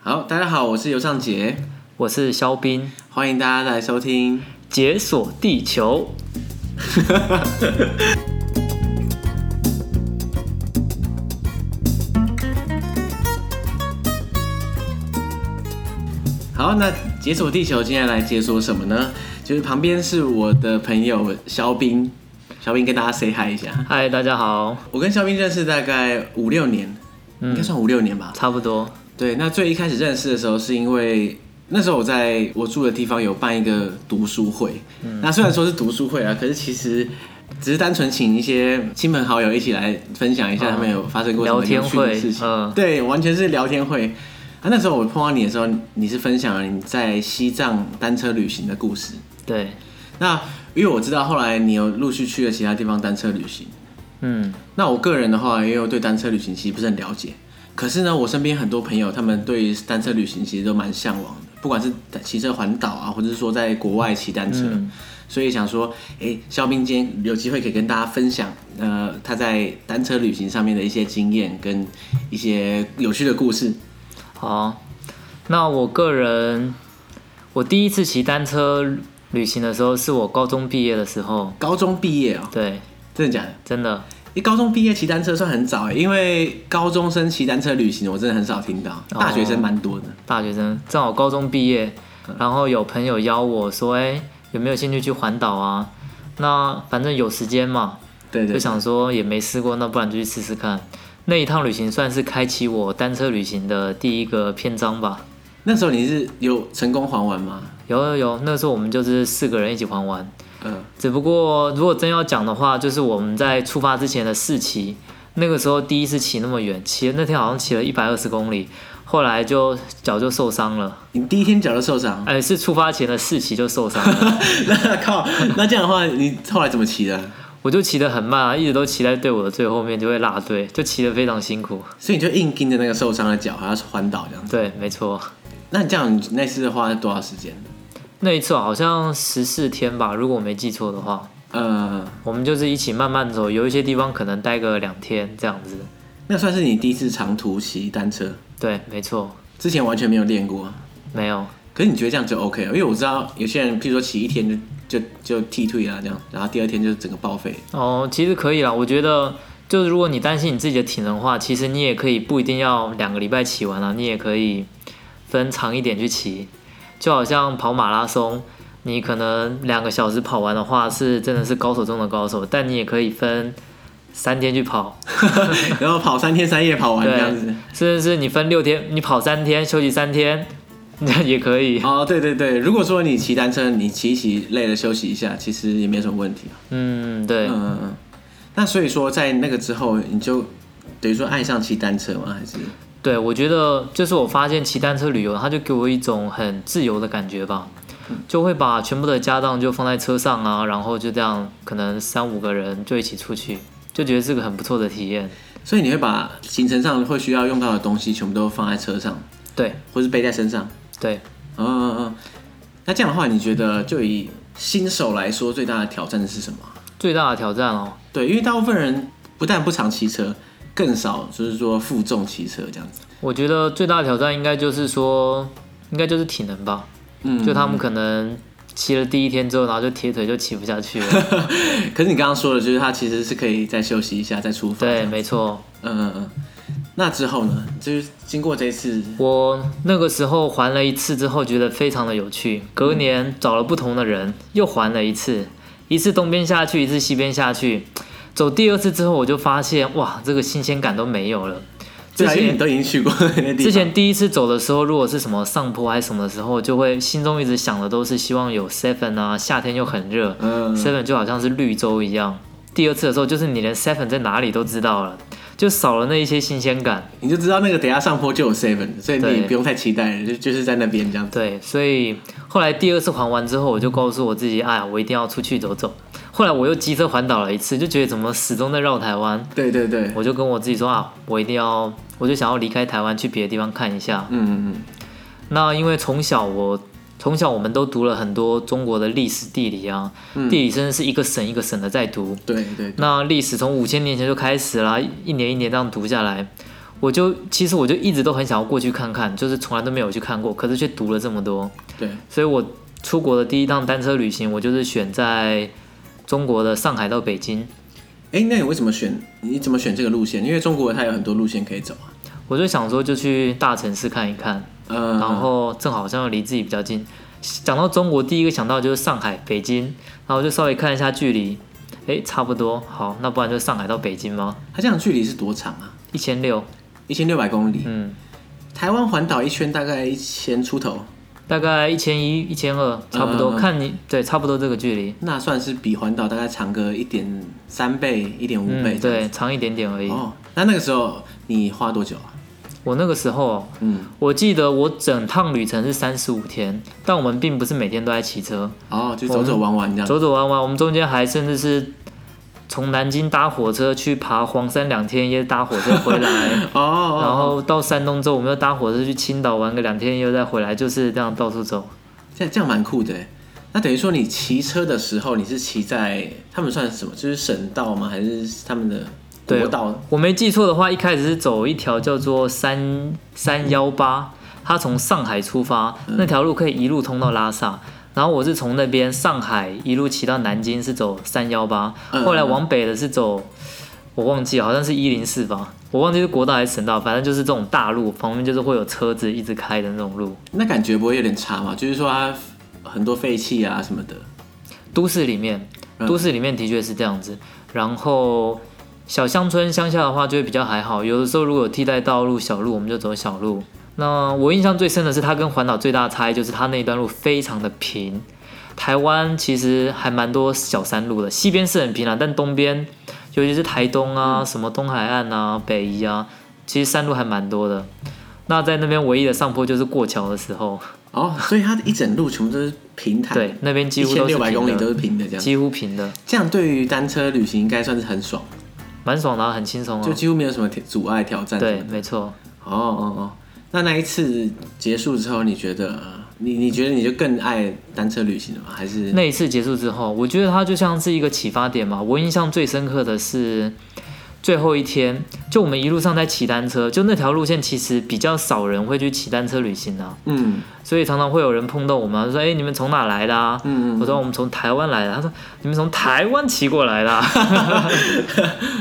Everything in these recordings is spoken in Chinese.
好，大家好，我是尤尚杰，我是肖斌，欢迎大家来收听。解锁地球。好，那解锁地球今天来解锁什么呢？就是旁边是我的朋友肖斌，肖斌跟大家 say hi 一下。嗨，大家好，我跟肖斌认识大概五六年，应该算五六年吧。差不多。对，那最一开始认识的时候，是因为那时候我在我住的地方有办一个读书会。嗯那虽然说是读书会啊，可是其实只是单纯请一些亲朋好友一起来分享一下他们有发生过什么嗯聊天有趣的会事情。嗯对，完全是聊天会。啊，那时候我碰到你的时候，你是分享了你在西藏单车旅行的故事。对，那因为我知道后来你有陆续去了其他地方单车旅行，嗯，那我个人的话，因为我对单车旅行其实不是很了解，可是呢，我身边很多朋友他们对于单车旅行其实都蛮向往的，不管是骑车环岛啊，或者是说在国外骑单车，所以想说，哎，肖斌今天有机会可以跟大家分享，呃，他在单车旅行上面的一些经验跟一些有趣的故事。好。那我个人，我第一次骑单车旅行的时候，是我高中毕业的时候。高中毕业哦，对，真的假的？真的，诶高中毕业骑单车算很早欸诶，因为高中生骑单车旅行我真的很少听到，大学生蛮多的。大学生正好高中毕业，然后有朋友邀我说，哎、有没有兴趣去环岛啊？那反正有时间嘛，对对就想说也没试过，那不然就去试试看。那一趟旅行算是开启我单车旅行的第一个篇章吧。那时候你是有成功还完吗？有有有，那时候我们就是四个人一起环玩。嗯，只不过如果真要讲的话，就是我们在出发之前的试骑，那个时候第一次骑那么远，骑那天好像骑了一百二十公里，后来就脚就受伤了，你第一天脚就受伤，哎、是出发前的试骑就受伤了， 那靠，那这样的话，你后来怎么骑的？我就骑得很慢啊，一直都骑在队伍的最后面，就会落队，就骑得非常辛苦。所以你就硬盯着那个受伤的脚，还要环岛这样子。对，没错，那你这样，你那次花了多少时间？那一次好像十四天吧，如果我没记错的话，呃，我们就是一起慢慢走，有一些地方可能待个两天这样子。那算是你第一次长途骑单车，对，没错，之前完全没有练过。没有。可是你觉得这样就 OK？因为我知道有些人，譬如说骑一天就就就踢退啊，这样，然后第二天就整个报 废。哦，其实可以啦，我觉得就是如果你担心你自己的体能的话，其实你也可以不一定要两个礼拜骑完啊，你也可以分长一点去骑，就好像跑马拉松，你可能两个小时跑完的话是真的是高手中的高手，但你也可以分三天去跑，然后跑三天三夜跑完这样子。甚至是你分六天，你跑三天休息三天， 那也可以。哦，对对对，如果说你骑单车，你骑一骑累了休息一下，其实也没什么问题啊。嗯，对，嗯，嗯嗯，那所以说，在那个之后，你就等于说爱上骑单车吗？还是对，我觉得就是我发现骑单车旅游，它就给我一种很自由的感觉吧，就会把全部的家当就放在车上啊，然后就这样，可能三五个人就一起出去，就觉得是个很不错的体验。所以你会把行程上会需要用到的东西全部都放在车上，对或是背在身上？对，嗯嗯嗯。那这样的话，你觉得就以新手来说，最大的挑战是什么？最大的挑战哦，对，因为大部分人不但不常骑车，更少就是说负重骑车这样子。我觉得最大的挑战应该就是说，应该就是体能吧，嗯，就他们可能骑了第一天之后，然后就铁腿就骑不下去了。可是你刚刚说的，就是他其实是可以再休息一下再出发。对，没错，嗯嗯嗯。那之后呢？就是经过这一次，我那个时候还了一次之后，觉得非常的有趣。隔年找了不同的人，又还了一次，一次东边下去，一次西边下去。走第二次之后，我就发现哇，这个新鲜感都没有了。之对啊，因为前你都已经去过那个地方。之前第一次走的时候，如果是什么上坡还是什么的时候，就会心中一直想的都是希望有 seven 啊，夏天又很热嗯，seven 就好像是绿洲一样。第二次的时候，就是你连 seven 在哪里都知道了，就少了那一些新鲜感。你就知道那个等一下上坡就有 seven，所以你对不用太期待了，就就是在那边这样子。对，所以后来第二次环完之后，我就告诉我自己，哎呀，我一定要出去走走。后来我又机车环岛了一次，就觉得怎么始终在绕台湾，对对对，我就跟我自己说啊，我一定要，我就想要离开台湾去别的地方看一下。嗯嗯那因为从小我从小我们都读了很多中国的历史地理啊，地理真的是一个省一个省的在读。嗯，对对，那历史从五千年前就开始啦，一年一年这样读下来，我就其实我就一直都很想要过去看看，就是从来都没有去看过，可是却读了这么多，对，所以我出国的第一趟单车旅行，我就是选在中国的上海到北京，哎，那你为什么选？你怎么选这个路线？因为中国它有很多路线可以走啊。我就想说就去大城市看一看，呃，然后正好好像离自己比较近。讲到中国，第一个想到就是上海、北京，然后我就稍微看一下距离，诶，差不多，好，那不然就上海到北京吗？它这样距离是多长啊？一千六，一千六百公里。嗯，台湾环岛一圈大概一千出头，大概一千一、一千二，差不多，嗯看你对，差不多这个距离，那算是比环岛大概长个一点三倍、一点五倍嗯，这样对，长一点点而已。哦，那那个时候你花多久啊？我那个时候，嗯，我记得我整趟旅程是三十五天，但我们并不是每天都在骑车，哦，就走走玩玩这样。。走走玩玩，我们中间还甚至是从南京搭火车去爬黄山两天一夜，搭火车回来哦 哦，然哦后到山东之后，我们又搭火车去青岛玩个两天，又再回来，就是这样到处走。这样这样蛮酷的耶。欸那等于说你骑车的时候，你是骑在他们算是什么？就是省道吗？还是他们的对国道？我没记错的话，一开始是走一条叫做三三幺八，它从上海出发，那条路可以一路通到拉萨。然后我是从那边上海一路骑到南京，是走三幺八嗯，后来往北的是走，我忘记了，好像是一零四吧，我忘记是国道还是省道，反正就是这种大路，旁边就是会有车子一直开的那种路。那感觉不会有点差吗？就是说它很多废气啊什么的。都市里面，嗯都市里面的确是这样子。然后小乡村乡下的话就会比较还好，有的时候如果有替代道路小路，我们就走小路。那我印象最深的是它跟环岛最大的差异就是它那一段路非常的平。台湾其实还蛮多小山路的，西边是很平啊，但东边，尤其是台东嗯啊、什么东海岸啊、北宜啊，其实山路还蛮多的。那在那边唯一的上坡就是过桥的时候，哦，所以它一整路全部都是平坦，对，，那边几啊一乎千都是六百公里平都的，是平的这样。几乎平的，这样对于单车旅行应该算是很爽，蛮爽的啊、很轻松啊。就几乎没有什么阻碍挑战。对，，没错，哦哦哦。那那一次结束之后，你觉得呃你你觉得你就更爱单车旅行了吗？还是那一次结束之后，我觉得它就像是一个启发点嘛。我印象最深刻的是最后一天，就我们一路上在骑单车，就那条路线其实比较少人会去骑单车旅行啊，嗯所以常常会有人碰到我们啊，就说：“哎、你们从哪来的啊？”嗯嗯我说：“我们从台湾来的。”他说：“你们从台湾骑过来的、啊。”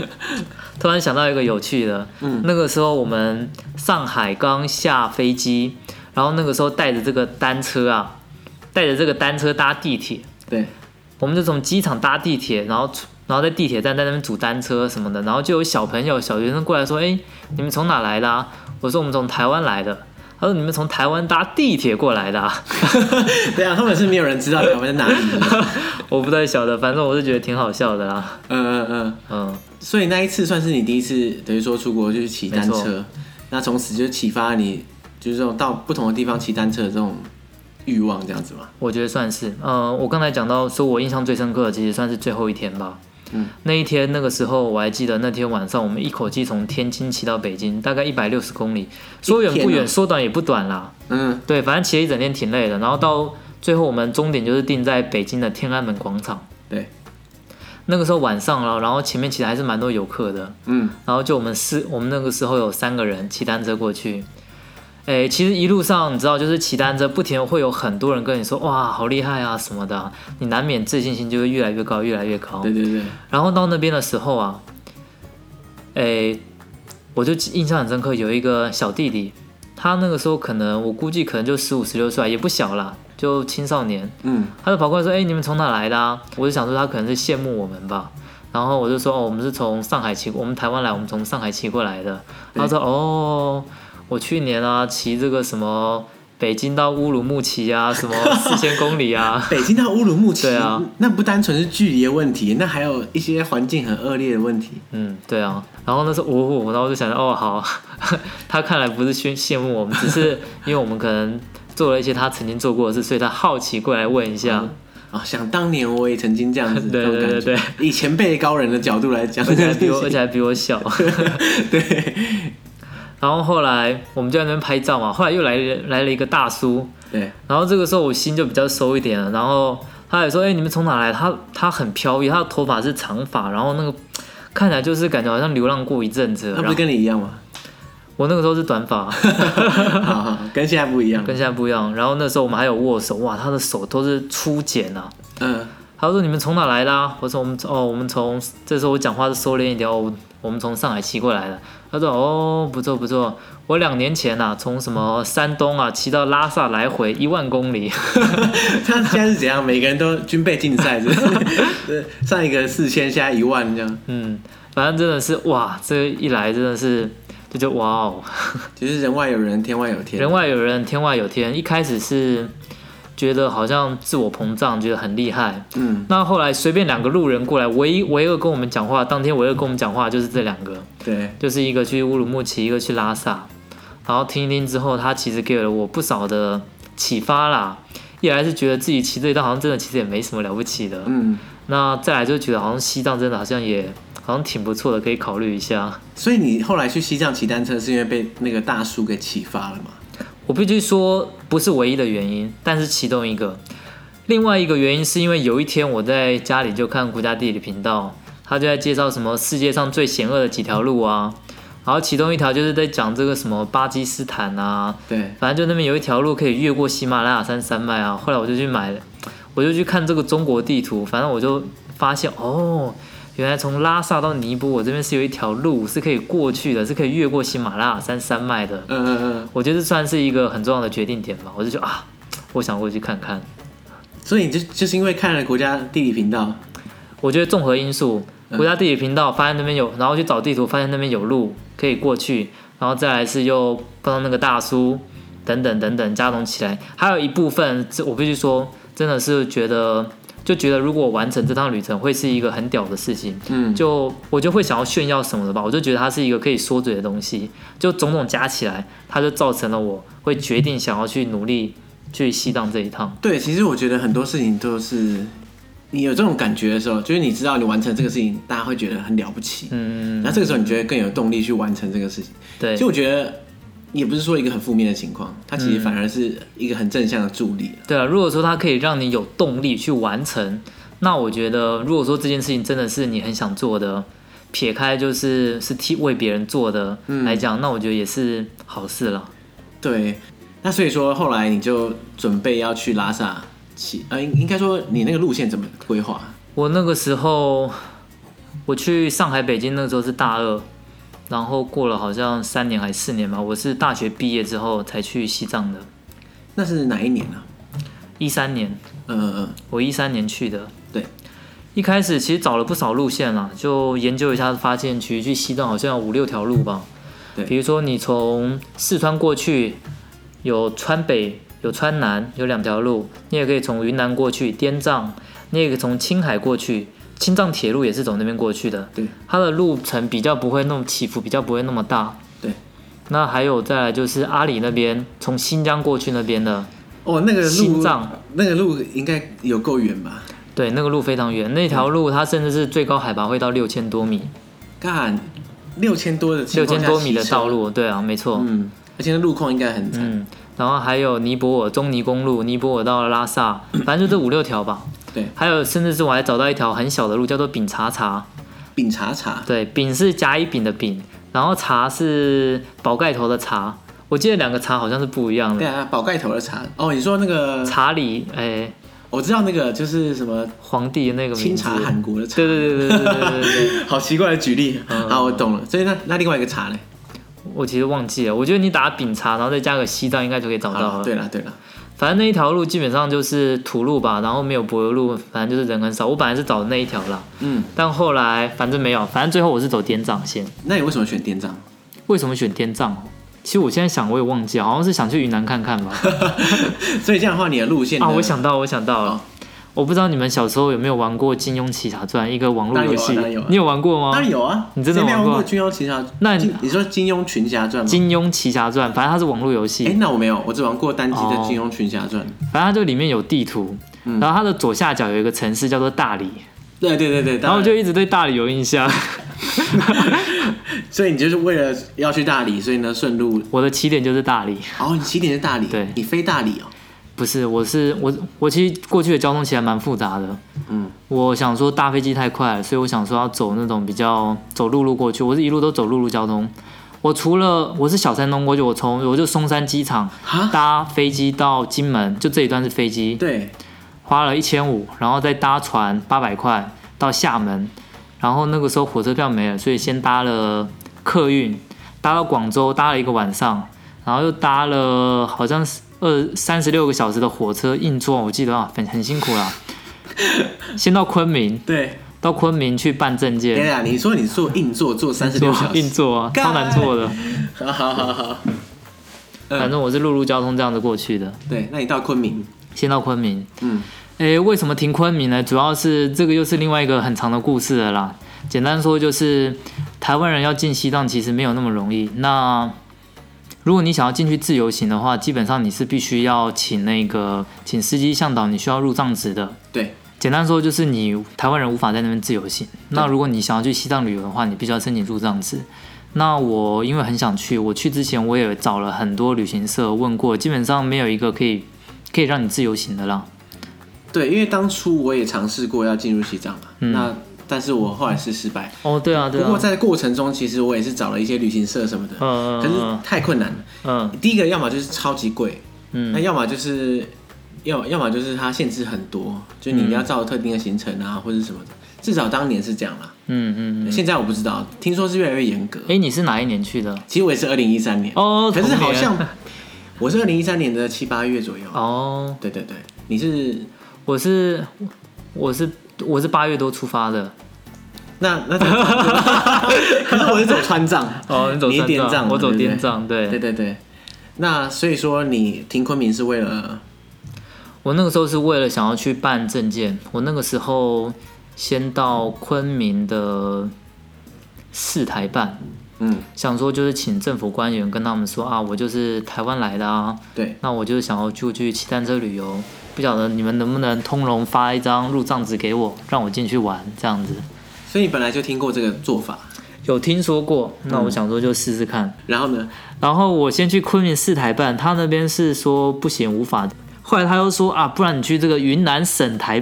突然想到一个有趣的，嗯那个时候我们上海刚下飞机，然后那个时候带着这个单车啊，带着这个单车搭地铁，对我们就从机场搭地铁，然后出然后在地铁站在那边组单车什么的，然后就有小朋友、小学生过来说：“哎，你们从哪来的、啊？”我说：“我们从台湾来的。”他说：“你们从台湾搭地铁过来的、啊。 对啊，他们是没有人知道台湾在哪里 的。”我不太晓得，反正我是觉得挺好笑的啦。嗯嗯嗯。嗯，所以那一次算是你第一次等于说出国就是骑单没车，那从此就启发你就是这种到不同的地方骑单车的这种欲望这样子嘛。我觉得算是。嗯，我刚才讲到说，我印象最深刻的其实算是最后一天吧。嗯，那一天那个时候我还记得，那天晚上我们一口气从天津骑到北京，大概一百六十公里，说远一不天啊远，说短也不短啦。嗯，对，反正骑了一整天挺累的，然后到最后我们终点就是定在北京的天安门广场。对，那个时候晚上了，然后前面其实还是蛮多游客的，嗯，然后就我们四，我们那个时候有三个人骑单车过去。哎，其实一路上你知道，就是骑单车，不停地会有很多人跟你说哇，好厉害啊什么的啊，你难免自信心就会越来越高，越来越高。对对对，然后到那边的时候啊，诶，我就印象很深刻，有一个小弟弟，他那个时候可能我估计可能就十五十六岁啊，也不小啦，就青少年，嗯，他就跑过来说：“哎，你们从哪来的、啊？”我就想说他可能是羡慕我们吧。然后我就说：“哦，我们是从上海骑，我们台湾来，我们从上海骑过来的。”他说：“哦，我去年啊骑这个什么北京到乌鲁木齐啊，什么四千公里啊。” 北京到乌鲁木齐，对啊那不单纯是距离的问题，那还有一些环境很恶劣的问题。嗯，对啊，然后那时候我、哦，然后我就想着，哦，好， 他看来不是羡羡慕我们，只是因为我们可能做了一些他曾经做过的事，所以他好奇过来问一下。啊、想当年我也曾经这样子， 对对对这种感觉以前辈高人的角度来 讲，而且还 比我，而且还比我小。对然后后来我们就在那边拍照嘛，后来又来了来了一个大叔，对，然后这个时候我心就比较收一点了，然后他也说：“哎、你们从哪来？”他他很飘逸，他的头发是长发，然后那个看起来就是感觉好像流浪过一阵子。那然不后是跟你一样吗？ 我那个时候是短发，好好跟现在不一样。跟现在不一样。然后那时候我们还有握手，哇，他的手都是粗茧啊。嗯， 他说你们从哪来的、啊？我说我们哦，我们从这时候我讲话是收敛一点哦，我我们从上海骑过来的。他说哦，不错不错，我两年前呐、啊，从什么山东啊骑到拉萨来回一万公里， 他现在是怎样？每个人都军备竞赛，是 不是对上一个四千，现在一万这样。嗯，反正真的是哇，这一来真的是这就哇哦，其实人外有人，天外有天。人外有人，天外有天。一开始是觉得好像自我膨胀，觉得很厉害。嗯，那后来随便两个路人过来，唯一唯二跟我们讲话，当天唯二跟我们讲话就是这两个，对，就是一个去乌鲁木齐，一个去拉萨。然后听一听之后，他其实给了我不少的启发啦。一来是觉得自己骑这一段好像真的其实也没什么了不起的，嗯，那再来就觉得好像西藏真的好像也好像挺不错的，可以考虑一下。所以你后来去西藏骑单车，是因为被那个大叔给启发了嘛？我必须说不是唯一的原因，但是其中一个。另外一个原因是因为有一天我在家里就看国家地理频道，他就在介绍什么世界上最险恶的几条路啊，然后其中一条就是在讲这个什么巴基斯坦啊，对，反正就那边有一条路可以越过喜马拉雅山山脉啊。后来我就去买了，我就去看这个中国地图，反正我就发现哦，原来从拉萨到尼泊尔这边是有一条路是可以过去的，是可以越过喜马拉雅山山脉的。嗯嗯嗯。我觉得这算是一个很重要的决定点吧。我就觉得啊，我想过去看看。所以你就就是因为看了国家地理频道，我觉得综合因素，嗯国家地理频道发现那边有，然后去找地图发现那边有路可以过去，然后再来是又碰到那个大叔，等等等等加总起来，还有一部分，这我必须说，真的是觉得就觉得如果完成这趟旅程会是一个很屌的事情，嗯，就我就会想要炫耀什么的吧，我就觉得它是一个可以说嘴的东西，就种种加起来，它就造成了我会决定想要去努力去西藏这一趟。对，其实我觉得很多事情都是你有这种感觉的时候，就是你知道你完成这个事情，大家会觉得很了不起，嗯，那这个时候你觉得更有动力去完成这个事情。对其实我觉得也不是说一个很负面的情况，它其实反而是一个很正向的助力。对啊，如果说它可以让你有动力去完成，那我觉得如果说这件事情真的是你很想做的，撇开就是是替为别人做的来讲，那我觉得也是好事了。对，那所以说后来你就准备要去拉萨骑，呃，应应该说你那个路线怎么规划？我那个时候我去上海、北京那个时候是大二，然后过了好像三年还四年吧，我是大学毕业之后才去西藏的，那是哪一年啊呢、一三年。啊？嗯嗯嗯，我一三年去的。对，一开始其实找了不少路线啦，就研究一下，发现其实去西藏好像有五六条路吧。对比如说你从四川过去，有川北，有川南，有两条路；你也可以从云南过去滇藏，你也可以从青海过去。青藏铁路也是从那边过去的，对，它的路程比较不会那么起伏，比较不会那么大。对，那还有再来就是阿里那边，从新疆过去那边的，哦，那个路，心脏那个路应该有够远吧？对，那个路非常远，那嗯条路它甚至是最高海拔会到六千多米，干，六千多的情六况千下多米的骑车道，路，对啊，没错，嗯，而且那路况应该很惨。嗯，然后还有尼泊尔中尼公路，尼泊尔到拉萨，反正就这五六条吧，嗯对，还有甚至是我还找到一条很小的路，叫做丙察察，丙察察，对，丙是甲乙丙的丙，然后察是宝盖头的察，我记得两个察好像是不一样对的，啊，宝盖头的察。哦，你说那个，查理，哎，我知道那个就是什么皇帝的那个名清字查，韩国的察，对对对对对对对对。 好奇怪的举例。嗯好，我懂了。所以那那另外一个察嘞？我其实忘记了，我觉得你打丙察，然后再加个西藏，应该就可以找到好，了。对了对了，反正那一条路基本上就是土路吧，然后没有柏油路，反正就是人很少。我本来是找那一条啦，嗯，但后来反正没有，反正最后我是走滇藏线。那你为什么选滇藏？为什么选滇藏哦？其实我现在想，我也忘记了，好像是想去云南看 看吧。 所以这样的话，你的路线呢啊，我，想到，我想到了。哦我不知道你们小时候有没有玩过《金庸奇侠传》一个网络游戏，当然有啊当然有啊你有玩过当吗？然有啊，你真的谁没有玩过过《金庸群侠》？那你金你说《金庸群侠传》吗？金庸奇侠传》，反正它是网络游戏。哎，那我没有，我只玩过单机的哦《金庸群侠传》。反正它就里面有地图，嗯然后它的左下角有一个城市叫做大理，对对对对，然当后我然就一直对大理有 印象。所以你就是为了要去大理，所以呢顺路。我的起点就是大理，哦，你起点是大理，对你飞大理哦。不是，我是我我其实过去的交通其实还蛮复杂的。嗯，我想说搭飞机太快了，所以我想说要走那种比较走陆路过去。我是一路都走陆路交通，我除了我是小山东过去，我从我就松山机场啊，搭飞机到金门，就这一段是飞机，对，花了一千五，然后再搭船八百块到厦门，然后那个时候火车票没了，所以先搭了客运，搭到广州搭了一个晚上，然后又搭了好像是二三十六个小时的火车硬座，我记得啊，很很辛苦啦。 先到昆明，对，到昆明去办证等一 件，下你说你做硬座做三十六小硬时，座啊， 超难 坐的。好好好好，嗯反正我是陆路交通这样子过去的，对，那你到昆明，先到昆明，嗯，诶，为什么停昆明呢？主要是这个又是另外一个很长的故事了啦。简单说就是，台湾人要进西藏其实没有那么容易。那如果你想要进去自由行的话，基本上你是必须要请那个请司机向导，你需要入藏执的。对，简单说就是你台湾人无法在那边自由行。那如果你想要去西藏旅游的话，你必须要申请入藏执。那我因为很想去，我去之前我也找了很多旅行社问过，基本上没有一个可以可以让你自由行的啦。对，因为当初我也尝试过要进入西藏嘛，嗯那但是我后来是失败。哦，对啊，对不啊。过在过程中，其实我也是找了一些旅行社什么的，嗯可是嗯太困难了。嗯第一个，要么就是超级贵，嗯那嗯，要么就是，要要么就是它限制很多，就嗯你要照特定的行程啊，或者什么的。至少当年是这样啦，嗯嗯嗯。现在我不知道，听说是越来越严格。哎，你是哪一年去的？其实我也是二零一三年，哦，可是同年好 像我是二零一三年的七八月左右。哦，对对对，你是我是我是我是八月多出发的。那那怎么 办，可是我是走川藏。哦，你走你滇滇藏嘛我走对不对滇藏。对对，对对，那所以说你停昆明是为了我那个时候是为了想要去办证件，我那个时候先到昆明的四台办，嗯想说就是请政府官员跟他们说啊，我就是台湾来的啊，对那我就是想要就去骑单车旅游，不晓得你们能不能通融发一张入藏纸给我，让我进去玩这样子。所以你本来就听过这个做法，有听说过，那我想说就试试看。然后呢？然后我先去昆明四台办，他那边是说不行无法。后来他又说啊，不然你去这个云南省台，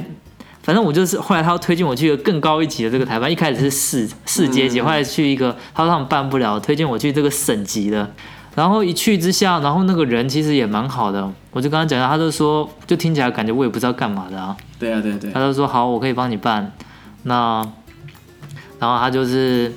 反正我就是后来他又推荐我去一个更高一级的这个台办，一开始是市市阶级，后来去一个他说他们办不了，推荐我去这个省级的。然后一去之下，然后那个人其实也蛮好的，我就跟他讲一下，他就说就听起来感觉我也不知道干嘛的啊，对啊对啊对啊，他就说好，我可以帮你办。那，然后他就是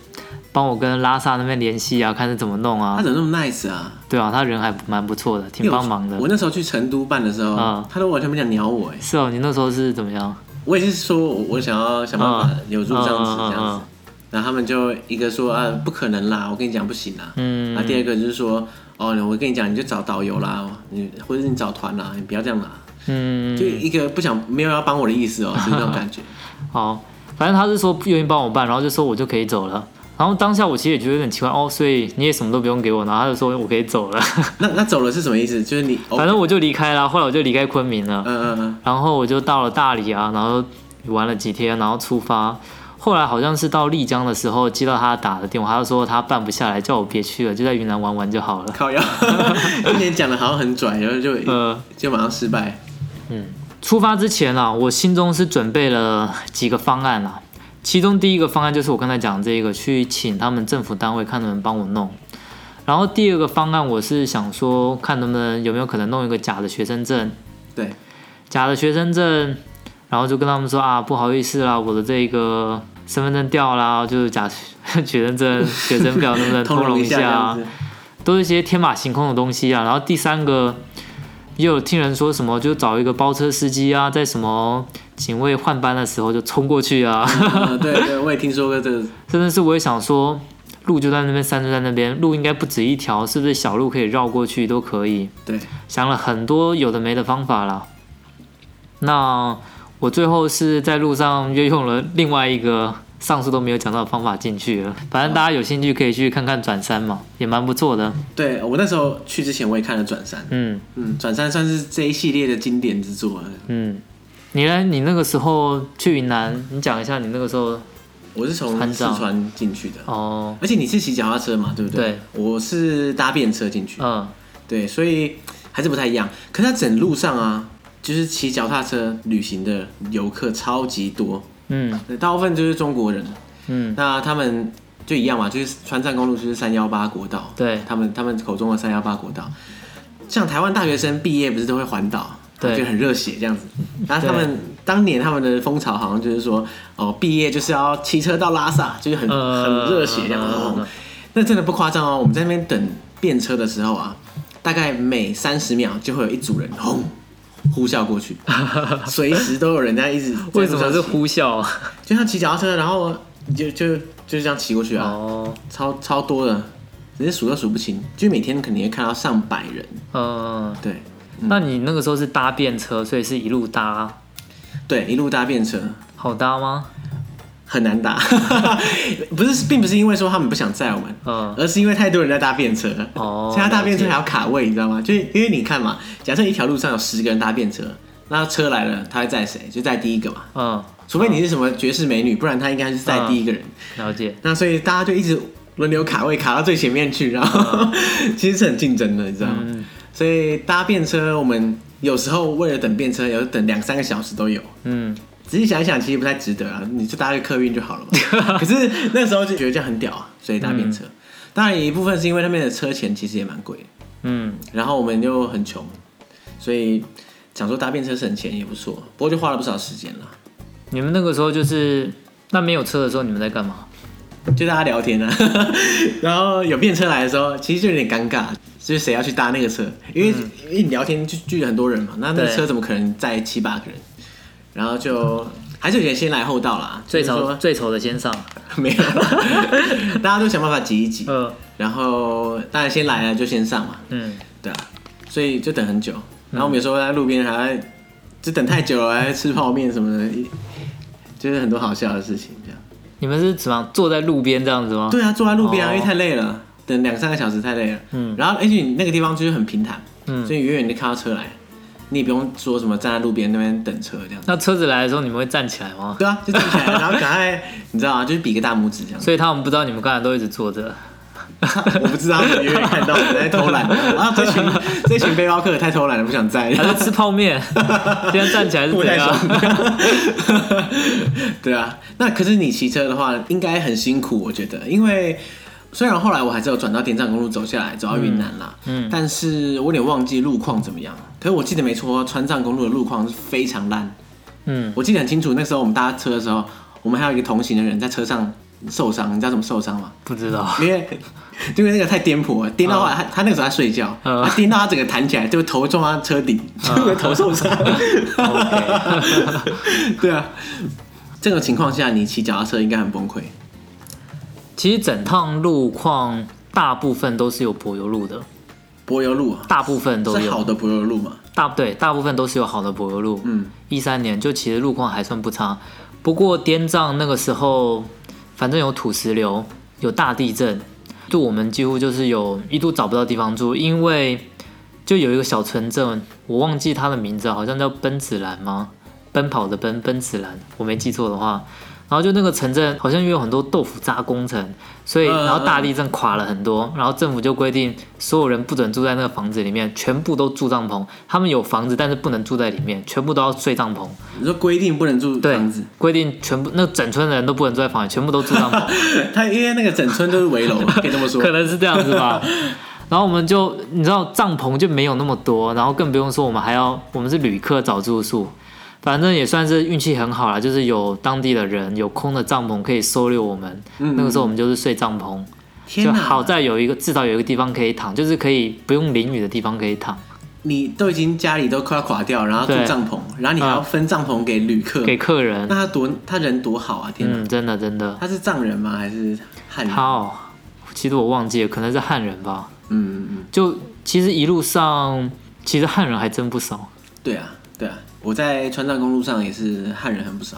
帮我跟拉萨那边联系啊，看是怎么弄他啊。怎么那么 nice 啊？对啊，他人还蛮不错的，挺帮忙的因为我。我那时候去成都办的时候，嗯他都完全没想鸟我哎，是哦，你那时候是怎么样？我也是说我我想要想办法留住这样子嗯嗯嗯这样子嗯，然后他们就一个说啊不可能啦，我跟你讲不行啦，嗯啊第二个就是说哦我跟你讲你就找导游啦，你或者是你找团啦，你不要这样啦，就嗯，一个不想没有要帮我的意思 哦，是那种感觉，好，反正他是说愿意帮我办，然后就说我就可以走了。然后当下我其实也觉得有点奇怪哦，所以你也什么都不用给我，然后他就说我可以走了，那那走了是什么意思？就是你 哦反正我就离开了。后来我就离开昆明了。嗯嗯嗯，然后我就到了大理啊，然后玩了几天，然后出发。后来好像是到丽江的时候，接到他打的电话，他就说他办不下来，叫我别去了，就在云南玩玩就好了。靠腰， 今年讲的好像很拽，然后就呃，就马上失败。出发之前啊，我心中是准备了几个方案啊，其中第一个方案就是我刚才讲这个，去请他们政府单位看能不能帮我弄。然后第二个方案，我是想说看能不能有没有可能弄一个假的学生证，对，假的学生证，然后就跟他们说啊，不好意思啦，我的这个身份证掉啦，就是假学生证、学生表能 不能通融融一一下下啊这？样子都是一些天马行空的东西啊。然后第三个，也有听人说什么，就找一个包车司机啊，在什么警卫换班的时候就冲过去啊， 嗯对对，我也听说过这个。真的是我也想说。路就在那边，山就在那边，路应该不止一条，是不是小路可以绕过去都可以？对，想了很多有的没的方法啦。那我最后是在路上又用了另外一个上述都没有讲到的方法进去了。反正大家有兴趣可以去看看转山嘛，也蛮不错的。对我那时候去之前我也看了《转山》，嗯嗯，《转山》算是这一系列的经典之作了。嗯，你呢？你那个时候去云南，你讲一下你那个时候我是从参四照川进去的，哦，而且你是骑脚踏车嘛，对不对？对，我是搭便车进去，嗯对，所以还是不太一样。可是它整路上啊，就是骑脚踏车旅行的游客超级多，嗯对大部分就是中国人。嗯那他们就一样嘛，就是川藏公路就是三幺八国道，对他们他们口中的三幺八国道，像台湾大学生毕业不是都会环岛，对就很热血这样子。然后他们当年他们的风潮好像就是说，哦，毕业就是要骑车到拉萨，就是很、嗯很热血这样子。嗯嗯嗯哦那真的不夸张哦，我们在那边等便车的时候啊，大概每三十秒就会有一组人轰呼啸过 去，随时都有人在一直在路上为什么是骑呼啸啊？就像骑脚踏车，然后就就就这样骑过去啊，哦，超超多的，只是数都数不清，就每天肯定会看到上百人。嗯，对那你那个时候是搭便车，所以是一路搭，对，一路搭便车好搭吗？很难搭， 不是，并不是因为说他们不想载我们，嗯，而是因为太多人在搭便车。哦，所以他搭便车了还要卡位，你知道吗？就是因为你看嘛，假设一条路上有十个人搭便车，那车来了，他会载谁？就载第一个嘛。解，嗯，除非你是什么绝世美女，不然他应该是载第一个人。了解，那所以大家就一直轮流卡位，卡到最前面去，然后、 其实是很竞争的，你知道吗？嗯所以搭便车，我们有时候为了等便车，有等两三个小时都有。嗯，仔细想一想，其实不太值得啊，你就搭个客运就好了嘛。可是那时候就觉得这样很屌啊，所以搭便车。当然，一部分是因为那边的车钱其实也蛮贵的，嗯，然后我们又很穷，所以想说搭便车省钱也不错，不过就花了不少时间了，你们那个时候就是那没有车的时候，你们在干嘛？就大家聊天啊。 然后有便车来的时候，其实就有点尴尬，就是谁要去搭那个车，因为、因为你聊天就聚了很多人嘛，那那个嗯对车怎么可能载七八个人？然后就还是有点先来后到啦，最就是丑说最丑的先上， 没有， 大家都想办法挤一挤。嗯然后当然先来了就先上嘛，嗯，对啊，所以就等很久。然后我们有时候在路边还在就等太久了，还在吃泡面什么的，一就是很多好笑的事情这样。你们是怎么样坐在路边这样子吗？对啊，坐在路边啊，哦因为太累了，等两三个小时太累了。嗯然后而且你那个地方就是很平坦，嗯所以远远就看到车来，你也不用说什么站在路边那边等车这样。那车子来的时候，你们会站起来吗？对啊，就站起来，然后赶快，你知道啊，就是比个大拇指这 样。所以他们不知道你们刚才都一直坐着。我不知道，远远看到我在偷懒啊！这群这群背包客太偷懒了，不想载。还在吃 泡面，今天站起来是不怎太样？爽。 对啊，那可是你骑车的话，应该很辛苦，我觉得，因为虽然后来我还是有转到滇藏公路走下来，走到云南啦，嗯嗯但是我有点忘记路况怎么样。可是我记得没错，川藏公路的路况是非常烂，嗯，我记得很清楚。那时候我们搭车的时候，我们还有一个同行的人在车上受伤，你知道怎么受伤吗？不知道。 因为因为那个太颠簸了，颠到后啊来他、他那个时候在睡觉，嗯他颠到他整个弹起来，就头撞到车顶，啊就会头受 伤。 对啊，这种情况下你骑脚踏车应该很崩溃。其实整趟路况大部分都是有柏油路的，柏油路啊，大部分都是好有，的柏油路嘛？大对，大部分都是有好的柏油路。嗯，一三年就其实路况还算不差，不过滇藏那个时候反正有土石流，有大地震，就我们几乎就是有一度找不到地方住，因为就有一个小村镇，我忘记它的名字，好像叫奔子兰吗？奔跑的奔，奔子兰，我没记错的话。然后就那个城镇好像也有很多豆腐渣工程，所以嗯嗯嗯然后大地震垮了很多，然后政府就规定所有人不准住在那个房子里面，全部都住帐篷。他们有房子，但是不能住在里面，全部都要睡帐篷。你说规定不能住对房子，，规定全部那整村的人都不能住在房里，全部都住帐篷。 他因为那个整村都是 围楼，可以这么说可。能是这样子 吧。然后我们就你知道帐篷就没有那么多，然后更不用说我们还要我们是旅客找住宿，反正也算是运气很好啦，就是有当地的人有空的帐篷可以收留我们。嗯那个时候我们就是睡帐篷，天就哪，好在有一个至少有一个地方可以躺，就是可以不用淋雨的地方可以躺，你都已经家里都快要垮掉，然后住对帐篷，然后你还要分帐篷给旅客，给客人。那他多他人多好啊！天哪，嗯，真的真的他是藏人吗？还是汉人？好，其实我忘记了，可能是汉人吧。嗯嗯嗯。就其实一路上，其实汉人还真不少。对啊，对啊，我在川藏公路上也是汉人很不少，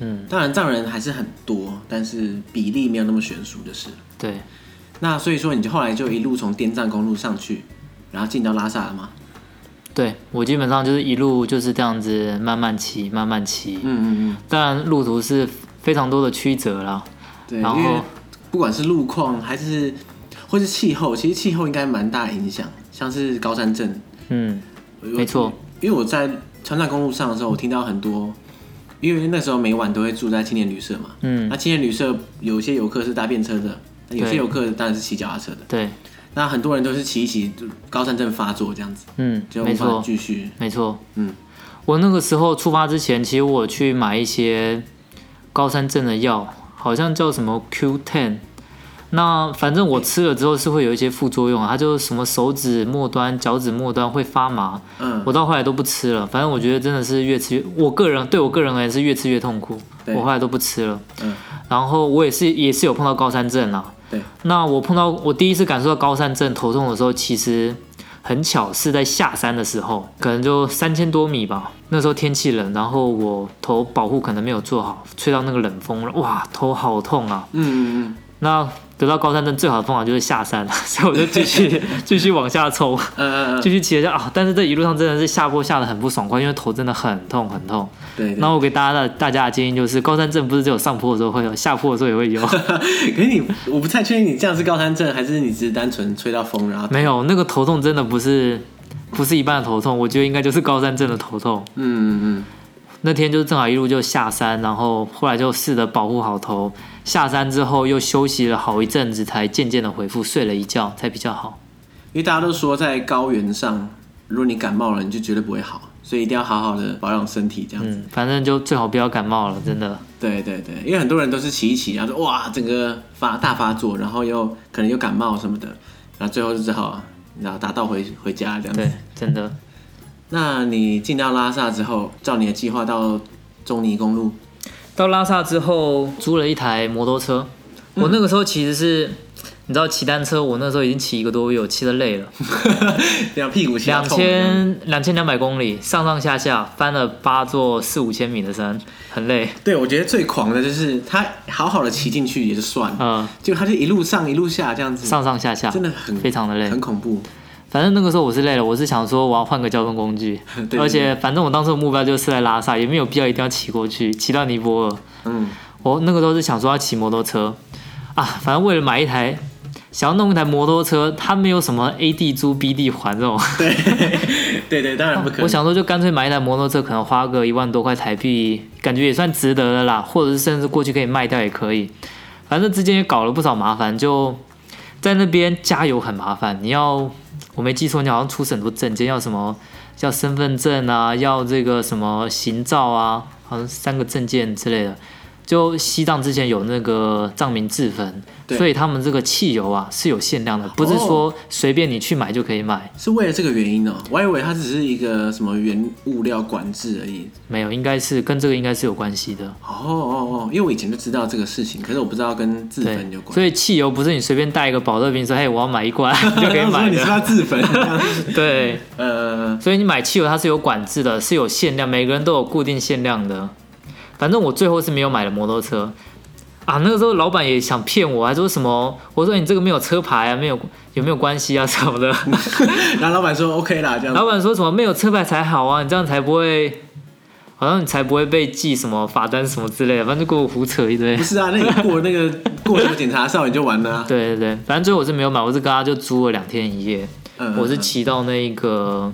嗯，当然藏人还是很多，但是比例没有那么悬殊的是。对，那所以说，你就后来就一路从滇藏公路上去，然后进到拉萨了吗？对我基本上就是一路就是这样子慢慢骑，慢慢骑。嗯嗯当然路途是非常多的曲折啦。嗯，对，然后因为不管是路况还是或是气候，其实气候应该蛮大影响，像是高山症，嗯，我没错。因为我在川藏公路上的时候，我听到很多，因为那时候每晚都会住在青年旅社嘛，嗯那青年旅社有一些游客是搭便车的，有些游客当然是骑脚踏车的，对，那很多人都是骑一骑就高山症发作这样子，嗯，就没无法错，继续。没错，嗯，我那个时候出发之前，其实我去买一些高山症的药，好像叫什么 Q10。那反正我吃了之后是会有一些副作用啊，它就是什么手指末端、脚趾末端会发麻，嗯，我到后来都不吃了。反正我觉得真的是越吃越，我个人对我个人而言是越吃越痛苦，对我后来都不吃了。嗯，然后我也是也是有碰到高山症啦。对，那我碰到我第一次感受到高山症头痛的时候，其实很巧是在下山的时候，可能就三千多米吧。那时候天气冷，然后我头保护可能没有做好，吹到那个冷风了，哇，头好痛啊！嗯嗯那得到高山症最好的方法就是下山了， 所以我就继续继续往下冲，嗯 嗯嗯，继续骑了下啊。但是这一路上真的是下坡下的很不爽快，因为头真的很痛很痛。对。对那我给大家的大家的建议就是，高山症不是只有上坡的时候会有，下坡的时候也会有。 可是你，我不太确定你这样是高山症，还是你只是单纯吹到风，然后没有，那个头痛真的不是不是一般的头痛，我觉得应该就是高山症的头痛。嗯嗯那天就是正好一路就下山，然后后来就试着保护好头。下山之后又休息了好一阵子，才渐渐的恢复，睡了一觉才比较好。嗯，因为大家都说在高原上，如果你感冒了，你就绝对不会好，所以一定要好好的保养身体，这样子。嗯，反正就最好不要感冒了，真的。对对对，因为很多人都是骑一骑，然后说哇，整个发大发作，然后又可能又感冒什么的，然后最后就只好然后打道回回家这样子对。，真的。那你进到拉萨之后，照你的计划到中尼公路， 到拉萨之后，租了一台摩托车。嗯我那个时候其实是，你知道骑单车，我那时候已经骑一个多月，我骑的累了。这样屁股先两千两千两百公里，上上下下翻了八座四五千米的山，很累。对，我觉得最狂的就是他好好的骑进去也就算了，嗯，结果他就一路啊上一路下这样子，上上下下真的很非常的累。很恐怖。反正那个时候我是累了，我是想说我要换个交通工具， 对对而且反正我当时的目标就是在拉萨，也没有必要一定要骑过去，骑到尼泊尔。嗯，我那个时候是想说要骑摩托车啊，反正为了买一台，想要弄一台摩托车，它没有什么 A 地租 B 地还这种。对对对，当然不可能。我想说，就干脆买一台摩托车，可能花个一万多块台币，感觉也算值得的啦。或者是甚至过去可以卖掉也可以，反正之间也搞了不少麻烦，就在那边加油很麻烦。你要我没记错，你好像出示很多证件，要什么要身份证啊，要这个什么行照啊，好像三个证件之类的。就西藏之前有那个藏民自焚，对所以他们这个汽油啊是有限量的，不是说随便你去买就可以买。是为了这个原因哦，我还以为它只是一个什么原物料管制而已。没有，应该是跟这个应该是有关系的。哦哦哦，因为我以前就知道这个事情，可是我不知道跟自对焚有，关。所以汽油不是你随便带一个保乐瓶说，嘿，哎我要买 一罐就可以我想说买你说的。他自焚，这样子 对，呃，所以你买汽油它是有管制的，是有限量，每个人都有固定限量的。反正我最后是没有买了摩托车啊，那个时候老板也想骗我，还说什么，我说你这个没有车牌啊，没有有没有关系啊 什么的。然后老板说 OK 啦，这样子老板说什么没有车牌才好啊，你这样才不会，好像你才不会被记什么罚单什么之类的，反正就给我胡扯一堆不。是啊，那你过那个过什么检查哨你就完了啊。对对对，反正最后我是没有买，我是跟他就租了两天一夜。嗯 我是嗯骑到那个，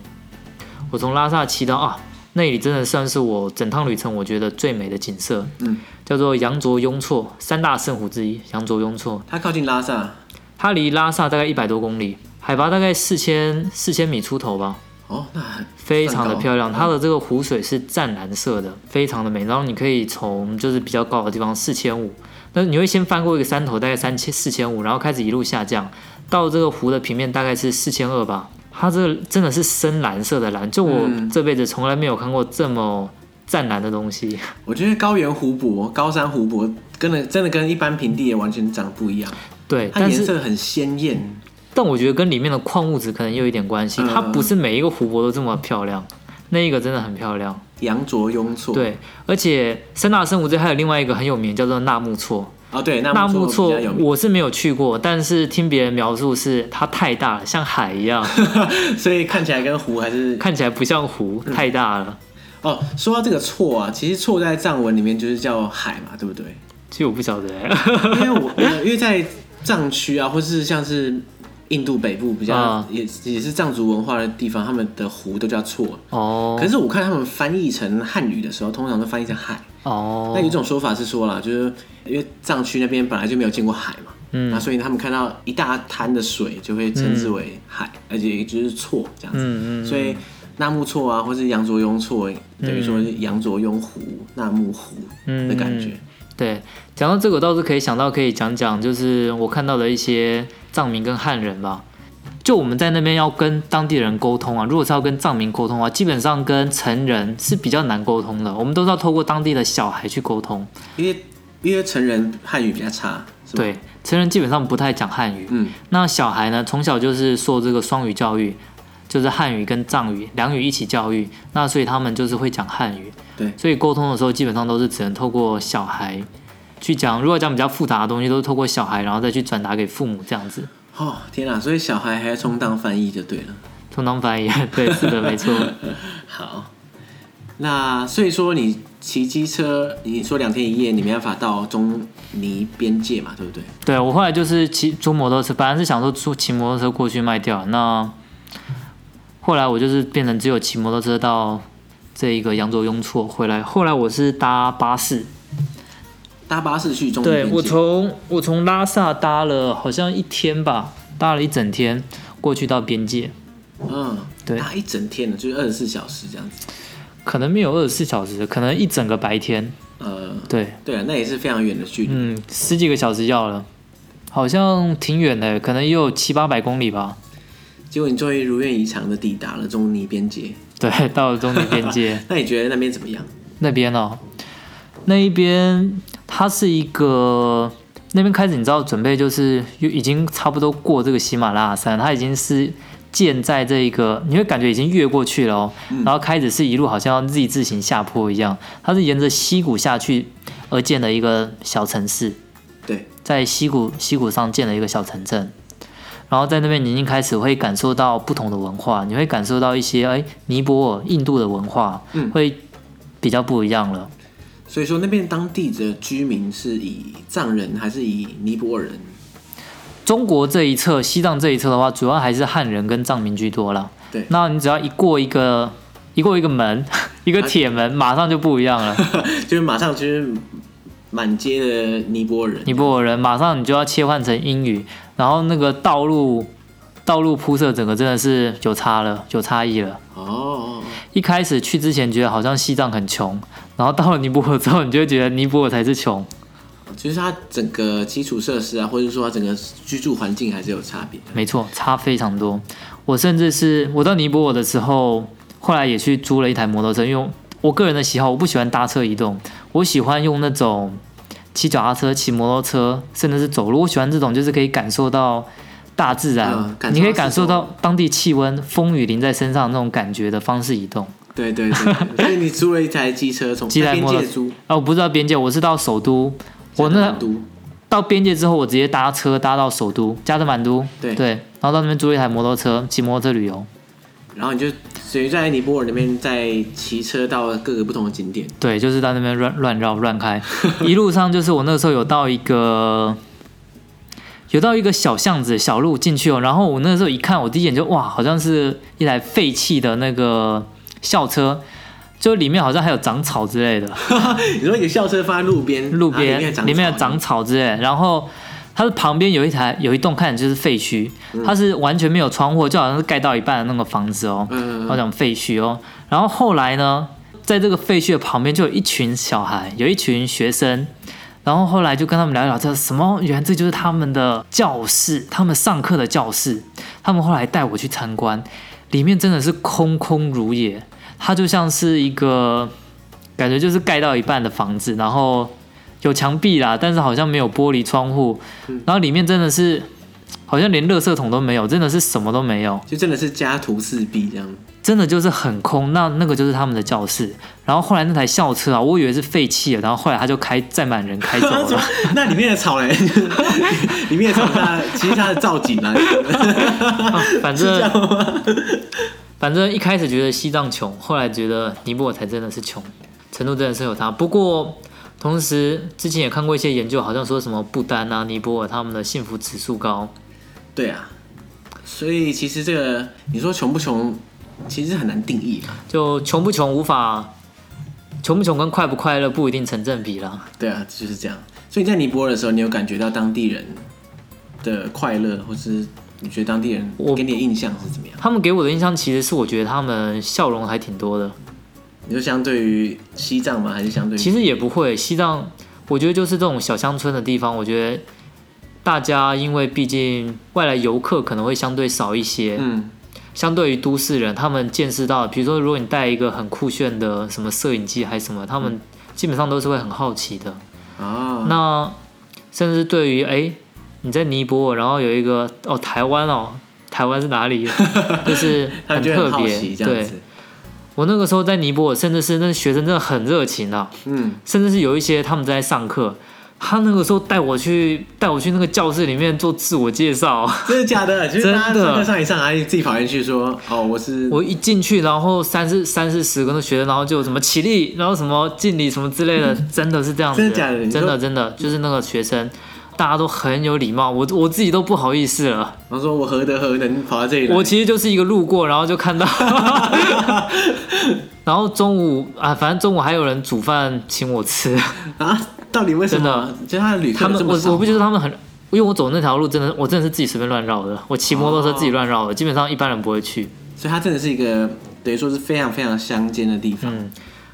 我从拉萨骑到啊，那里真的算是我整趟旅程我觉得最美的景色，嗯，叫做羊卓雍措，三大圣湖之一，羊卓雍措，他靠近拉萨它离拉萨大概一百多公里，海拔大概四千四千米出头吧，哦，那很非常的算高嗯漂亮，它的这个湖水是湛蓝色的，非常的美，然后你可以从就是比较高的地方四千五。那你会先翻过一个山头，大概三千四千五，然后开始一路下降，到这个湖的平面大概是四千二吧。它这个真的是深蓝色的蓝，就我嗯这辈子从来没有看过这么湛蓝的东 西。我觉得高原湖泊、高山湖泊跟的真的跟一般平地也完全长得不一样，对，它但颜是色很鲜艳。但我觉得跟里面的矿物质可能也有一点关系，嗯它不是每一个湖泊都这么漂亮，那一个真的很漂亮。羊卓雍措，对，而且三大圣湖之一还有另外一个很有名叫做纳木错，哦对，纳纳木木错错比较有 名，我是没有去过，但是听别人描述是它太大了，像海一 样，所以看起来跟湖还是看起来不像湖，太大了。哦。说到这个错啊，其实错在藏文里面就是叫海嘛，对不对？其实我不晓得、欸，因为我因为在藏区啊，或是像是印度北部比较、啊也也是藏族文化的地方，他们的湖都叫错。哦 可是我看他们翻译成汉语的时候，通常都翻译成海。那有一哦，种说法是说啦，就是因为藏区那边本来就没有见过海嘛，嗯那所以他们看到一大滩的水，就会称之为海，而且就是错这样子。嗯嗯所以纳木错啊，或是羊卓雍错，等于说是羊卓雍湖、纳木湖的感嗯觉。对，讲到这个，我倒是可以想到可以讲讲，就是我看到的一些藏民跟汉人吧。就我们在那边要跟当地人沟通啊，如果是要跟藏民沟通啊，基本上跟成人是比较难沟通的，我们都是要透过当地的小孩去沟通。因为因为成人汉语比较差，是吧？对，成人基本上不太讲汉语，嗯，那小孩呢，从小就是受这个双语教育，就是汉语跟藏语两语一起教育，那所以他们就是会讲汉语。对所以沟通的时候基本上都是只能透过小孩去讲，如果讲比较复杂的东西，都是透过小孩，然后再去转达给父母这样子，哦，天啊！所以小孩还要充当翻译就对了。充当翻译。对，是的，没错。好，那所以说你骑机车，你说两天一夜，你没办法到中尼边界嘛，对不对？对我后来就是骑租摩托车，本来是想说租骑摩托车过去卖掉，那后来我就是变成只有骑摩托车到这一个扬州雍措回来。后来我是搭巴士，搭巴士去中尼对边我界，从我从拉萨搭了好像一天吧，搭了一整天过去到边界，嗯，对搭一整天的，就是二十四小时这样子。可能没有二十四小时，可能一整个白天。呃，对，对啊，那也是非常远的距离。嗯，十几个小时要了，好像挺远的，可能也有七八百公里吧。结果你终于如愿以偿的抵达了中尼边界，对， 到了中尼边界那你觉得那边怎么样？那边哦，那一边它是一个那边开始，你知道准备就是又已经差不多过这个喜马拉雅山，它已经是建在这一个，你会感觉已经越过去了哦，然后开始是一路好像要 Z 字形下坡一样，它是沿着溪谷下去而建的一个小城市，对，在溪谷溪谷上建了一个小城镇，然后在那边你已经开始会感受到不同的文化，你会感受到一些哎尼泊尔、印度的文化，嗯会比较不一样了。所以说那边当地的居民是以藏人还是以尼泊尔人？ 中国这一侧、西藏这一侧的话，主要还是汉人跟藏民居多了。对那你只要一过一个一过一个门， 一个铁啊门，马上就不一 样了。就是马上就是满街的尼泊尔人。尼泊尔人马上你就要切换成英语，然后那个道路道路铺设整个真的是有差了，有差异了。哦，一开始去之前觉得好像西藏很穷，然后到了尼泊尔之后，你就会觉得嗯尼泊尔才是穷。就是它整个基础设施啊，或者说它整个居住环境还是有差别的。 没错，差非常多。我甚至是我到尼泊尔的时候，后来也去租了一台摩托车，因为我个人的喜好，我不喜欢搭车移动，我喜欢用那种骑脚踏车、骑摩托车，甚至是走路。我喜欢这种，就是可以感受到大自然，嗯感受到你可以感四受周到当地气温、风雨淋在身上那种感觉的方式移动。对对对，所以你租了一台机车 从机台在边摩托界租，啊，我不知道边界，我是到首都，我在那南都到边界之后，我直接搭车搭到首都加德满都，对然后到那边租一台摩托车，骑摩托车旅游。然后你就等于在尼泊尔那边再骑车到各个不同的景 点。对，就是在那边乱乱绕乱开，一路上就是我那时候有到一个有到一个小巷子小路进去哦，然后我那时候一看，我第一眼就哇，好像是一台废弃的那个校车，就里面好像还有长草之类的，你说一个校车放在路边，路然后边里里面面还有长草之类的，然后。它的旁边有一台有一栋看起来就是废墟，它是完全没有窗户，就好像是盖到一半的那个房子哦。嗯，嗯那嗯种废墟哦。然后后来呢，在这个废墟的旁边就有一群小孩，有一群学生。然后后来就跟他们聊一聊，这什么？原来这就是他们的教室，他们上课的教室。他们后来带我去参观，里面真的是空空如也，它就像是一个感觉就是盖到一半的房子，然后有墙壁啦，但是好像没有玻璃窗户，然后里面真的是好像连垃圾桶都没有，真的是什么都没有。就真的是家徒四壁 这样。真的就是很空，那那个就是他们的教室。然后后来那台校车啊，我以为是废弃了，然后后来他就开载满人开走说了。 那里面的草嘞， 里面的草它其实它的造景啊， 反是这正样吗？ 反正一开始觉得西藏穷，后来觉得尼泊尔才真的是穷，程度真的是有差。不过同时之前也看过一些研究，好像说什么不丹啊、尼泊尔他们的幸福指数高，对啊，所以其实这个你说穷不穷，其实很难定义啊。就穷不穷无法，穷不穷跟快不快乐不一定成正比啦。对啊，就是这样。所以你在尼泊尔的时候，你有感觉到当地人的快乐，或是你觉得当地人我给你的印象是怎么样？他们给我的印象其实是，我觉得他们笑容还挺多的。你说相对于西藏吗？还是相对于？其实也不会，西藏我觉得就是这种小乡村的地方，我觉得大家因为毕竟外来游客可能会相对少一些，嗯，相对于都市人，他们见识到，比如说如果你带一个很酷炫的什么摄影机还是什么，他嗯们基本上都是会很好奇的。啊，嗯那甚至对于哎，你在尼泊尔，然后有一个哦台湾哦，台湾是哪里？就是 他们很就特很好奇别。这样对子，我那个时候在尼泊尔，甚至是那学生真的很热情啊，嗯，甚至是有一些他们在上课。他那个时候带我去带我去那个教室里面做自我介绍， 真的假的？就是大家真的上课上一上，还自己跑进去说，哦，我是我一进去，然后三四三四十个那学生，然后就什么起立，然后什么敬礼什么之 类的，真的是这样子，真的假的你说真的真的就是那个学生，大家都很有礼貌，我我自己都不好意思了。然后说我何德何能跑到这里来？我其实就是一个路过，然后 就看到，然后中午啊，反正中午还有人煮饭请我吃，啊，到底为什么？就他的旅客他们这我么少我不觉得他们很，因为我走那条路真的我真的是自己随便乱绕的，我骑摩托车自己乱哦绕的，基本上一般人不会去。所以它真的是一个等于说是非常非常乡间的地方。嗯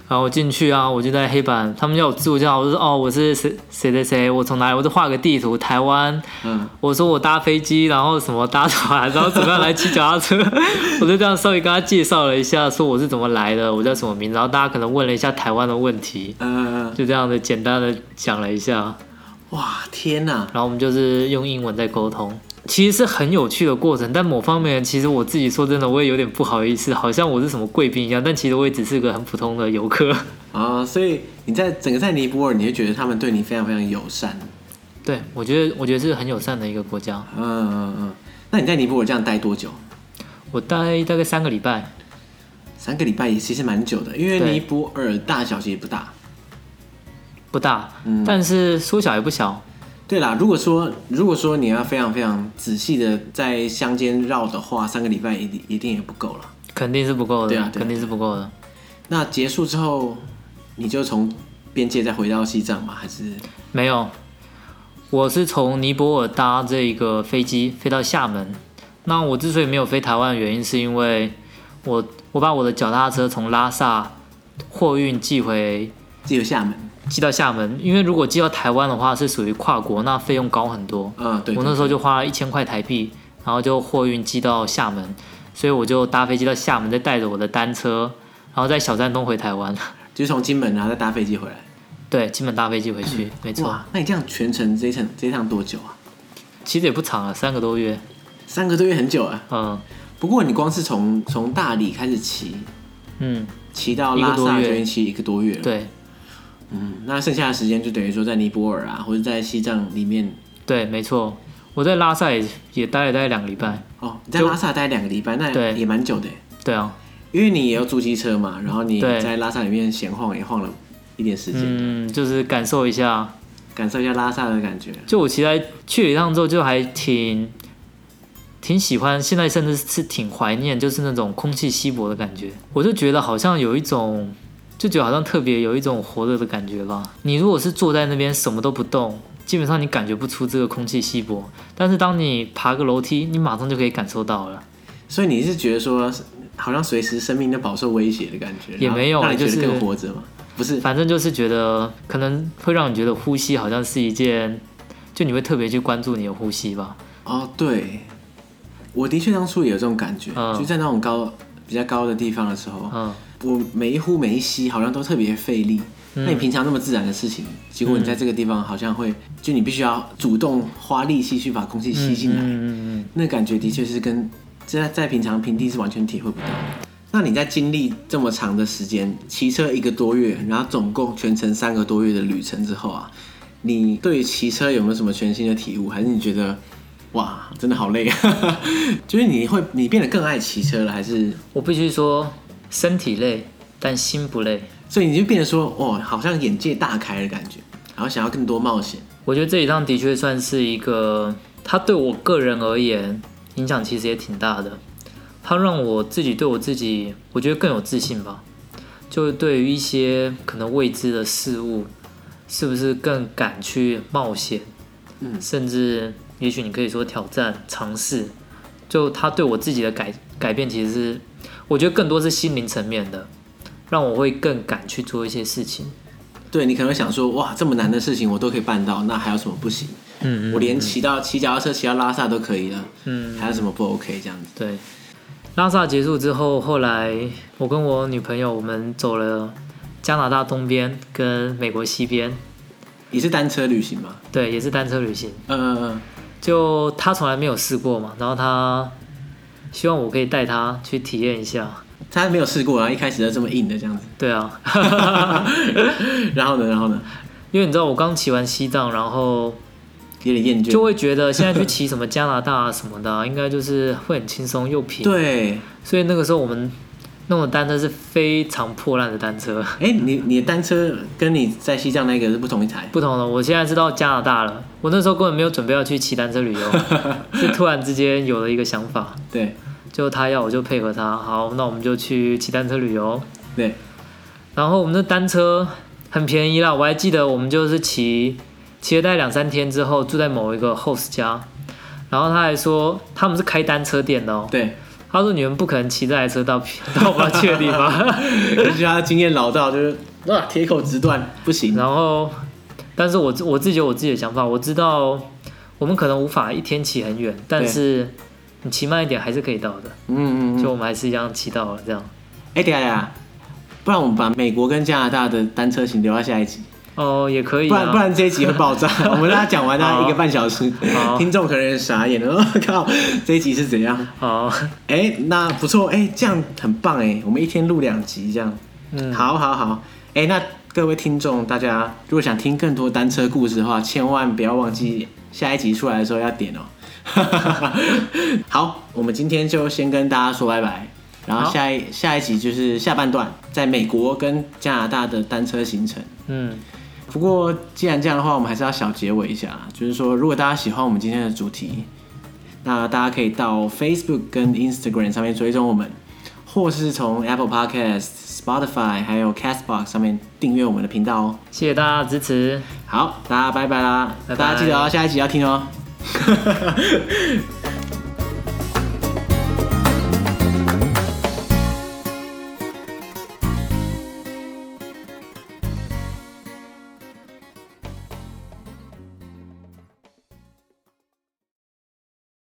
然后我进去啊，我就在黑板，他们要我自我介绍，我就说哦，我是谁谁谁谁，我从哪里，我就画个地图，台湾，嗯，我说我搭飞机，然后什么搭船，然后怎么样来骑脚踏车， 我就这样稍微跟他介绍了一下，说我是怎么来的，我叫什么名字，然后大家可能问了一下台湾的问题，呃，就这样的简单的讲了一下，哇，天哪！然后我们就是用英文在沟通。其实是很有趣的过程，但某方面其实我自己说真的，我也有点不好意思，好像我是什么贵宾一样，但其实我也只是个很普通的游客。啊，所以你在整个在尼泊尔，你会觉得他们对你非常非常友善。 对，我觉得我觉得是很友善的一个国家。嗯嗯嗯。那你在尼泊尔这样待多久？我待大概三个礼拜，三个礼拜也其实蛮久的，因为对尼泊尔大小其实不大。不大，嗯但是说小也不小。对啦，如果说如果说你要非常非常仔细的在乡间绕的话，三个礼拜一定一定也不够了。肯定是不够的，对啊对啊肯定是不够的。那结束之后，你就从边界再回到西藏吗？还是没有，我是从尼泊尔搭这个飞机飞到厦门。那我之所以没有飞台湾的原因，是因为我我把我的脚踏车从拉萨货运寄回只有厦门？寄到厦门，因为如果寄到台湾的话，是属于跨国，那费用高很多。嗯，对。我那时候就花了一千块台币，然后就货运寄到厦门，所以我就搭飞机到厦门，再带着我的单车，然后在小山东回台湾。 就是从金门然后再搭飞机回来。对，金门搭飞机回去，没嗯错，哇，那你这样全程这一程这一趟多久啊？其实也不长啊，三个多月。三个多月很久啊。嗯不过你光是从从大理开始骑，嗯，骑到拉萨一个多月就已经骑一个多月了。，对嗯，那剩下的时间就等于说在尼泊尔啊，或者在西藏里面。对，没错。我在拉萨也也待了大概两个礼拜。哦，你在就拉萨待两个礼拜，那对也蛮久的耶，对啊，因为你也要租机车嘛，然后你对在拉萨里面闲晃也晃了一点时间，嗯，就是感受一下。感受一下拉萨的感觉。就我其实去了一趟之后，就还挺挺喜欢，现在甚至是挺怀念，就是那种空气稀薄的感觉。我就觉得好像有一种，就觉得好像特别有一种活着的感觉吧。你如果是坐在那边什么都不动，基本上你感觉不出这个空气稀薄，但是当你爬个楼梯，你马上就可以感受到了。所以你是觉得说，好像随时生命都饱受威胁的感觉，也没有啊然后让你觉就得是更活着吗？不是，反正就是觉得可能会让你觉得呼吸好像是一件，就你会特别去关注你的呼吸吧。哦，对，我的确当初也有这种感觉，嗯就在那种高比较高的地方的时候，嗯，我每一呼每一吸好像都特别费力。嗯那你平常那么自然的事情，结果你在这个地方好像会，就你必须要主动花力气去把空气吸进来，嗯嗯嗯，那感觉的确是跟在在平常平地是完全体会不到的。那你在经历这么长的时间，骑车一个多月，然后总共全程三个多月的旅程之后啊，你对于骑车有没有什么全新的体悟？还是你觉得哇，真的好累啊？ 就是你会你变得更爱骑车了，还是我必须说，身体累，但心不累。所以你就变得说哇，好像眼界大开的感觉，然后想要更多冒险？我觉得这一趟的确算是一个，它对我个人而言影响其实也挺大的。它让我自己对我自己，我觉得更有自信吧。就对于一些可能未知的事物，是不是更敢去冒险？嗯甚至也许你可以说挑战、尝试，就它对我自己的改改变，其实是我觉得更多是心灵层面的，让我会更敢去做一些事情。对你可能会想说，哇，这么难的事情我都可以办到，那还有什么不行？嗯嗯我连骑到骑脚踏车骑到拉萨都可以了，嗯，还有什么不 OK 这样子？对。拉萨结束之后，后来我跟我女朋友我们走了加拿大东边跟美国西边，也是单车旅行吗？对，也是单车旅行。呃，就他从来没有试过嘛，然后他希望我可以带他去体验一下。他没有试过啊，一开始就这么硬的这 样子。对啊，然后呢，然后呢，因为你知道我刚骑完西藏，然后有点厌倦。就会觉得现在去骑什么加拿大啊什么的啊、应该就是会很轻松又平。，对，所以那个时候我们弄的单车是非常破烂的单车，哎，你你的单车跟你在西藏那个是不同一台，不同的。我现在是到加拿大了，我那时候根本没有准备要去骑单车旅游，是突然之间有了一个想法，对就他要我就配合他，好，那我们就去骑单车旅游。对，然后我们的单车很便宜啦，我还记得我们就是骑骑了大概两三天之后，住在某一个 host 家，然后他还说他们是开单车店的哦，对，他说你们不可能骑这台车到 到我们要去的地方，可是他经验老道，就是哇铁口直断，不行。然后但是我自我自己有我自己的想法，我知道我们可能无法一天骑很远，但是你骑慢一点还是可以到的，嗯嗯嗯。就我们还是一样骑到了这样。哎，等一下等一下，不然我们把美国跟加拿大的单车行留到下一集，哦，也可以不然不啊，然这一集会 爆炸。我们让他讲完大概好一个半小时好，听众可能傻眼了， 我靠，这一集是怎样？好，哎，那不错，哎，这样很棒哎，我们一天录两集这样。嗯，好好好，哎、那各位听众，大家如果想听更多单车故事的话，千万不要忘记下一集出来的时候要 点哦。好，我们今天就先跟大家说拜拜，然后好下一下一集就是下半段在美国跟加拿大的单车行程。嗯，不过既然这样的话，我们还是要小结尾一下啦，就是说，如果大家喜欢我们今天的主题，那大家可以到 Facebook 跟 Instagram 上面追踪我们，或是从 Apple Podcast、Spotify 还有 Castbox 上面订阅我们的频道哦。谢谢大家的支持。好，大家拜拜啦！拜拜大家记得哦，下一集要听哦。